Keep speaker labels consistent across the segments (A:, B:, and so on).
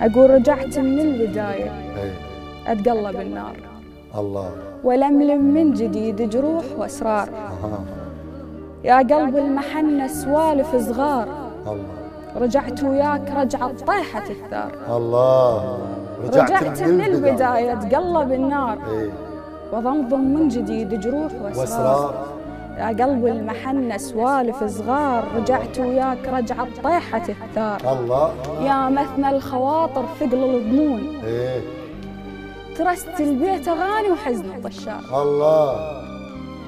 A: أقول رجعت من البداية
B: اي
A: أتقلب النار
B: الله
A: ولملم من جديد جروح وأسرار
B: اها
A: يا قلب المحنة سوالف صغار
B: الله
A: رجعت وياك رجعة طيحة الثار
B: الله
A: رجعت من البداية أتقلب النار
B: اي
A: وضمضم من جديد جروح وأسرار
B: واسرار
A: يا قلب المحنة سوالف صغار رجعت وياك رجعة طيحة الثار
B: الله
A: يا مثنى الخواطر ثقل الضمون
B: اي
A: ترست البيت أغاني وحزن الطشار
B: الله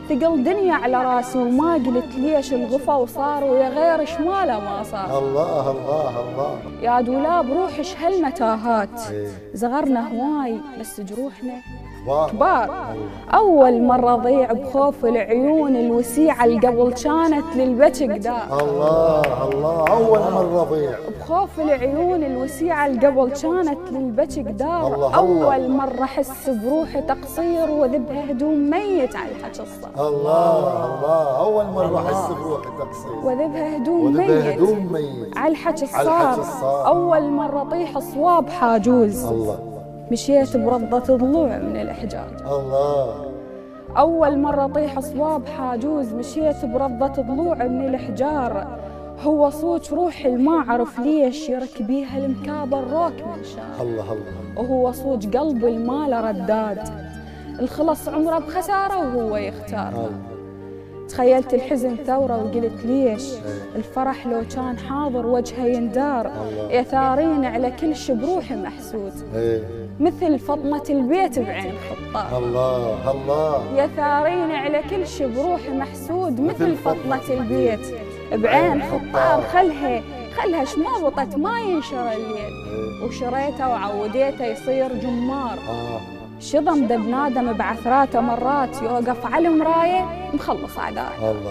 A: ثقل دنيا على راسي وما قلت ليش الغفا وصار ويا غير شماله ما صار
B: الله الله الله
A: يا دولاب روحش هالمتاهات
B: إيه.
A: زغرنا هواي بس جروحنا
B: واو.
A: كبار أول مرة ضيع بخوف العيون الوسيعة القبل كانت للبت قدار
B: الله الله اول مره ضيع
A: بخوف العيون الوسيعة القبل كانت للبت قدار
B: الله الله.
A: أول مرة أحس بروحي تقصير وذبها هدوم ميت على الحكي الصار
B: الله الله اول مره احس بروحي تقصير
A: وذبها هدوم
B: وذبه
A: ميت
B: هدوم ميت
A: عالحكي
B: عالحكي
A: الصار
B: الصار.
A: أول مرة طيح صواب حاجوز
B: الله
A: مشيت بردة ضلوع من الإحجاج
B: الله
A: أول مرة طيح صواب حاجوز مشيت بردة ضلوع من الإحجار هو صوت روحي ما أعرف ليش يركبيها المكابر روك من شار
B: الله الله
A: وهو صوت قلبي المال رداد الخلص عمره بخسارة وهو يختار
B: الله
A: تخيلت الحزن ثورة وقلت ليش الفرح لو كان حاضر وجهه يندار يثارين على كل شي بروحي محسود
B: إيه.
A: مثل فطنة البيت بعين خطار
B: الله الله
A: يثارين على كل شي بروحي محسود مثل فطنة البيت بعين خطار خلها خلها شمابطة ما ينشر الليل
B: إيه.
A: وشريته وعوديته يصير جمار
B: آه.
A: شضم دب نادم بعثراته مرات يوقف على المراية مخلص عذار
B: الله